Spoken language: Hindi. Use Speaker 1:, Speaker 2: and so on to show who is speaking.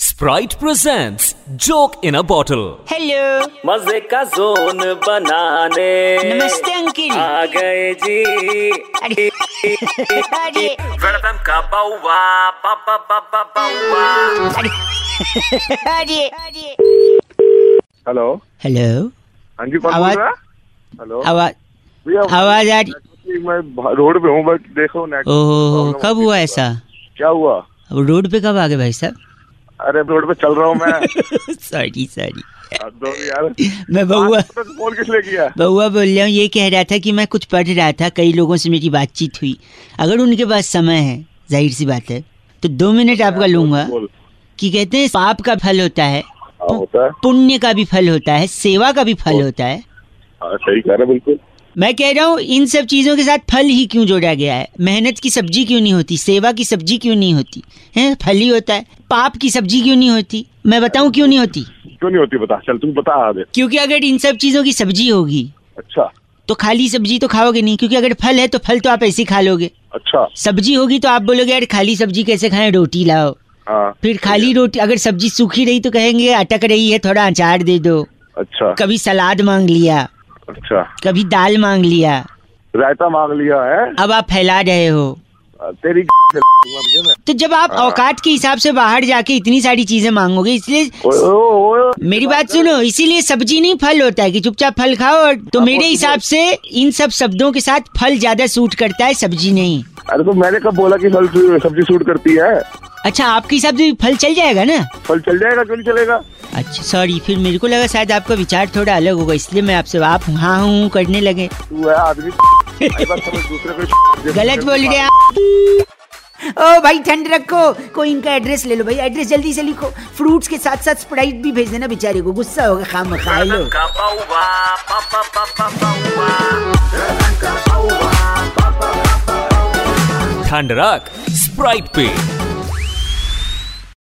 Speaker 1: Sprite presents Joke in a Bottle.
Speaker 2: Hello
Speaker 3: मजे का जोन बनाने
Speaker 2: नमस्ते अंकिल
Speaker 3: आ गए जी
Speaker 2: अरे अरे
Speaker 3: वेलकम का बाउवा बाबा बाबा बाउवा
Speaker 2: अरे
Speaker 4: हेलो
Speaker 2: हेलो
Speaker 4: हाँ जी कौन
Speaker 2: आवाज-
Speaker 4: बोल रहा है हेलो
Speaker 2: आवाज
Speaker 4: भैया
Speaker 2: आवाज आ रही
Speaker 4: नेटवर्क- मैं भा- रोड पे हूँ बट देखो नेट
Speaker 2: ओहो
Speaker 4: प्रॉब्लम
Speaker 2: Oh, कब
Speaker 4: होती
Speaker 2: हुआ
Speaker 4: है।
Speaker 2: ऐसा
Speaker 4: क्या हुआ
Speaker 2: रोड पे कब आ गए भाई साहब
Speaker 4: अरे रोड पे चल रहा हूँ मैं
Speaker 2: सॉरी सॉरी
Speaker 4: अब दो यार तो
Speaker 2: मैं बउआ
Speaker 4: फोन किस लिए किया
Speaker 2: बउआ बोल रहा हूँ ये कह रहा था कि मैं कुछ पढ़ रहा था कई लोगों से मेरी बातचीत हुई अगर उनके पास समय है जाहिर सी बात है तो दो मिनट आपका लूंगा
Speaker 4: बोल
Speaker 2: कि कहते हैं पाप का फल होता है
Speaker 4: हाँ होता है
Speaker 2: पुण्य का भी फल होता है सेवा का भी फल होता है
Speaker 4: हाँ सही कह रहा है बिल्कुल
Speaker 2: मैं कह रहा हूँ इन सब चीजों के साथ फल ही क्यों जोड़ा गया है मेहनत की सब्जी क्यों नहीं होती सेवा की सब्जी क्यों नहीं होती है फल ही होता है पाप की सब्जी क्यों नहीं होती मैं बताऊं क्यों नहीं होती
Speaker 4: क्यों नहीं होती बता चल तू बता आगे
Speaker 2: क्योंकि अगर इन सब चीजों की सब्जी होगी
Speaker 4: अच्छा
Speaker 2: तो खाली सब्जी तो खाओगे नहीं क्योंकि अगर फल है तो फल तो आप ऐसे ही खा लोगे
Speaker 4: अच्छा
Speaker 2: सब्जी होगी तो आप बोलोगे यार खाली सब्जी कैसे खाएं रोटी लाओ
Speaker 4: हाँ
Speaker 2: फिर खाली रोटी अगर सब्जी सूखी रही तो कहेंगे अटक रही है थोड़ा अचार दे दो
Speaker 4: अच्छा
Speaker 2: कभी सलाद मांग लिया
Speaker 4: अच्छा
Speaker 2: कभी दाल मांग लिया
Speaker 4: रायता मांग लिया है
Speaker 2: अब आप फैला रहे हो हाँ।
Speaker 4: तेरी जला दूंगा मैं।
Speaker 2: तो जब आप औकात के हिसाब से बाहर जाके इतनी सारी चीजें मांगोगे इसलिए
Speaker 4: ओए, ओए, ओए।
Speaker 2: मेरी बात सुनो इसीलिए सब्जी नहीं फल होता है कि चुपचाप फल खाओ और तो मेरे हिसाब से इन सब शब्दों के साथ फल ज्यादा सूट करता है सब्जी नहीं
Speaker 4: अरे तो मैंने कब बोला कि फल सब्जी सूट करती है
Speaker 2: अच्छा आपके हिसाब से भी फल चल जाएगा ना
Speaker 4: फल चल जाएगा क्यों नहीं चलेगा
Speaker 2: अच्छा सॉरी फिर मेरे को लगा शायद आपका विचार थोड़ा अलग होगा इसलिए मैं आपसे आप हाँ हूँ करने लगे
Speaker 4: तू है आदमी हमारी बात समझ, दूसरे को
Speaker 2: गलत बोल रहे हैं आप ओ भाई ठंड रखो कोई इनका एड्रेस ले लो भाई एड्रेस जल्दी से लिखो फ्रूट्स के साथ साथ स्प्राइट भी भेज देना बेचारे को गुस्सा होगा खाम खा लो
Speaker 3: का बाउवा बाबा बाबा बाउवा
Speaker 1: ठंड रख, Sprite पे